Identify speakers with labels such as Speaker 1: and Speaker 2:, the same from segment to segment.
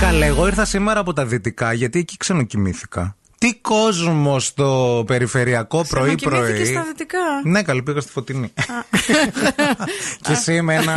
Speaker 1: Καλά, εγώ ήρθα σήμερα από τα δυτικά γιατί εκεί ξενοκοιμήθηκα. Τι κόσμο στο περιφερειακό πρωί-πρωί.
Speaker 2: στα δυτικά.
Speaker 1: Ναι, καλή πήγα στη φωτεινή. και εσύ εμένα.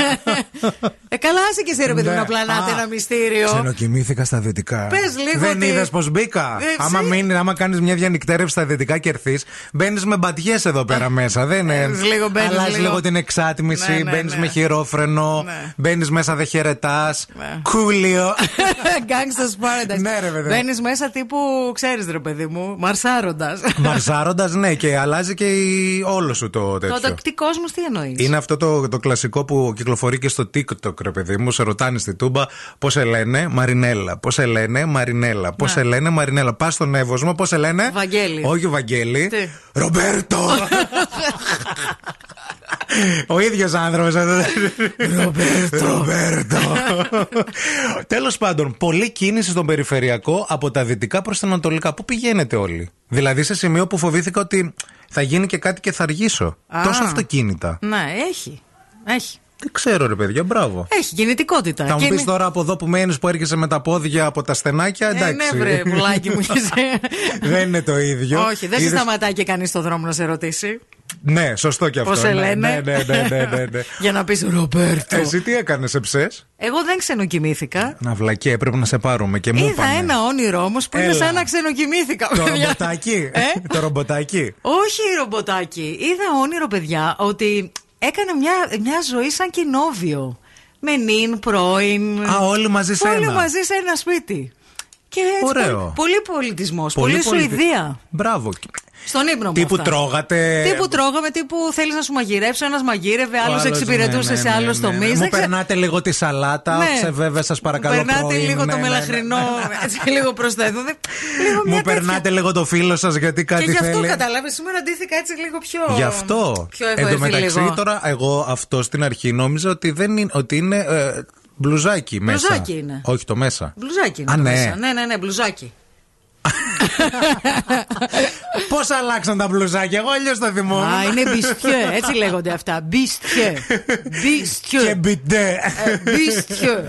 Speaker 2: Ε, καλά, άσε και εσύ ρε παιδί μου
Speaker 1: Ναι.
Speaker 2: να πλανάτε
Speaker 1: Α,
Speaker 2: ένα μυστήριο.
Speaker 1: Ξενοκοιμήθηκα στα δυτικά.
Speaker 2: Πες λίγο
Speaker 1: Δεν
Speaker 2: ότι-
Speaker 1: είδες πως μπήκα.
Speaker 2: Ε,
Speaker 1: άμα
Speaker 2: ψή.
Speaker 1: μείνει, άμα κάνεις μια διανυκτέρευση στα δυτικά και έρθεις, μπαίνεις με μπατιές εδώ πέρα μέσα. Δεν είναι.
Speaker 2: Μπαίνεις λίγο, μπαίνεις
Speaker 1: Αλλάζεις
Speaker 2: λίγο.
Speaker 1: την εξάτμιση,
Speaker 2: Ναι, ναι,
Speaker 1: μπαίνεις
Speaker 2: ναι.
Speaker 1: με χειρόφρενο,
Speaker 2: Ναι.
Speaker 1: μπαίνεις μέσα δεν χαιρετάς.
Speaker 2: Ναι.
Speaker 1: Κούλιο.
Speaker 2: Gangsters Paradise.
Speaker 1: Ναι, ρε, παιδί μου.
Speaker 2: Μπαίνεις μέσα τύπου, ξέρεις ρε παιδί μου, μαρσάροντας.
Speaker 1: Μαρσάροντας, ναι, και αλλάζει και η- όλο σου το τέτοιο.
Speaker 2: Τότε τι κόσμος, τι εννοείς.
Speaker 1: Είναι αυτό το, το κλασικό που κυκλοφορεί και στο TikTok, ρε παιδί μου. Σε ρωτάνε στη τούμπα πώς σε λένε Μαρινέλα. Πώς σε λένε Μαρινέλα. Πώς σε λένε Μαρινέλα. Πας στον Εύωσμο, πώς σε λένε.
Speaker 2: Βαγγέλη.
Speaker 1: Όχι Βαγγέλη.
Speaker 2: Τι?
Speaker 1: Ρομπέρτο. Ο ίδιος άνθρωπος. Ρομπέρτο. Ρομπέρτο. Τέλος πάντων, πολλή κίνηση στον περιφερειακό από τα δυτικά προς τα ανατολικά. Πού πηγαίνετε όλοι. Δηλαδή σε σημείο που φοβήθηκα ότι θα γίνει και κάτι και θα αργήσω.
Speaker 2: Α.
Speaker 1: Τόσο αυτοκίνητα.
Speaker 2: Ναι, έχει. Έχει.
Speaker 1: Δεν ξέρω, ρε παιδιά, μπράβο.
Speaker 2: Έχει κινητικότητα.
Speaker 1: Θα μου
Speaker 2: Κινη-
Speaker 1: πεις τώρα από εδώ που μένεις που έρχεσαι με τα πόδια από τα στενάκια,
Speaker 2: Ε,
Speaker 1: εντάξει.
Speaker 2: ναι, βρε, πουλάκι μου.
Speaker 1: δεν είναι το ίδιο.
Speaker 2: Όχι, δεν σε
Speaker 1: Είδες-
Speaker 2: σταματάει και κανείς στον δρόμο να σε ρωτήσει.
Speaker 1: Ναι, σωστό και αυτό.
Speaker 2: Πώς σε
Speaker 1: ναι,
Speaker 2: λένε.
Speaker 1: Ναι, ναι, ναι, ναι, ναι, ναι.
Speaker 2: Για να πεις Ρομπέρτο.
Speaker 1: Εσύ τι έκανες, σε ψες.
Speaker 2: Εγώ δεν ξενοκοιμήθηκα.
Speaker 1: Να βλακεί, έπρεπε να σε πάρουμε και μου
Speaker 2: Είδα
Speaker 1: είπανε.
Speaker 2: ένα όνειρο όμως που είναι
Speaker 1: Έλα.
Speaker 2: σαν να ξενοκοιμήθηκα.
Speaker 1: Το
Speaker 2: παιδιά.
Speaker 1: ρομποτάκι.
Speaker 2: Ε?
Speaker 1: Το ρομποτάκι.
Speaker 2: Όχι ρομποτάκι. Είδα όνειρο, παιδιά, ότι έκανε μια, μια ζωή σαν κοινόβιο. Με νυν, πρώην.
Speaker 1: Α, όλοι μαζί σε
Speaker 2: Ε. Όλοι
Speaker 1: ένα.
Speaker 2: μαζί σε ένα σπίτι. Και έτσι,
Speaker 1: Ωραίο.
Speaker 2: πολύ- Πολύ πολιτισμός. Πολύ,
Speaker 1: πολυ-
Speaker 2: Σουηδία.
Speaker 1: Μπράβο.
Speaker 2: Στον ύπνο μου.
Speaker 1: Τι που
Speaker 2: αυτά.
Speaker 1: τρώγατε.
Speaker 2: Τι που τρώγαμε, τι που θέλεις να σου μαγειρέψει, ένας μαγείρευε,
Speaker 1: Ο
Speaker 2: άλλος
Speaker 1: άλλος,
Speaker 2: εξυπηρετούσε
Speaker 1: ναι, ναι,
Speaker 2: σε άλλο
Speaker 1: ναι, ναι, ναι.
Speaker 2: τομεί.
Speaker 1: Μου περνάτε λίγο τη σαλάτα. Ναι. βέβαια, σας παρακαλώ.
Speaker 2: Περνάτε
Speaker 1: πρώην,
Speaker 2: λίγο
Speaker 1: ναι,
Speaker 2: το
Speaker 1: ναι, ναι.
Speaker 2: μελαχρινό, έτσι λίγο προ τα εδώ. Δε- Λίγο μια
Speaker 1: Μου
Speaker 2: τέτοια.
Speaker 1: περνάτε λίγο το φίλο σας γιατί κάτι
Speaker 2: Και γι' αυτό
Speaker 1: θέλει.
Speaker 2: καταλάβεις, σήμερα αντίθηκα έτσι λίγο πιο.
Speaker 1: Γι' αυτό.
Speaker 2: Πιο
Speaker 1: Εν τω
Speaker 2: ευέλικτη
Speaker 1: μεταξύ,
Speaker 2: λίγο.
Speaker 1: τώρα εγώ αυτό στην αρχή νόμιζα ότι, δεν είναι, ότι είναι ε, μπλουζάκι μέσα.
Speaker 2: Μπλουζάκι είναι.
Speaker 1: Όχι το μέσα.
Speaker 2: Μπλουζάκι είναι.
Speaker 1: Α,
Speaker 2: το
Speaker 1: ναι.
Speaker 2: μέσα. ναι, ναι, ναι, μπλουζάκι.
Speaker 1: Πώς αλλάξαν τα μπλουζάκια, εγώ αλλιώς τα θυμόμουν.
Speaker 2: Α, είναι μπιστιέ, έτσι λέγονται αυτά. Μπιστιέ.
Speaker 1: Και ναι.
Speaker 2: Μπιστιέ.
Speaker 1: μπιντέ.
Speaker 2: Ε, Μπιστιέ.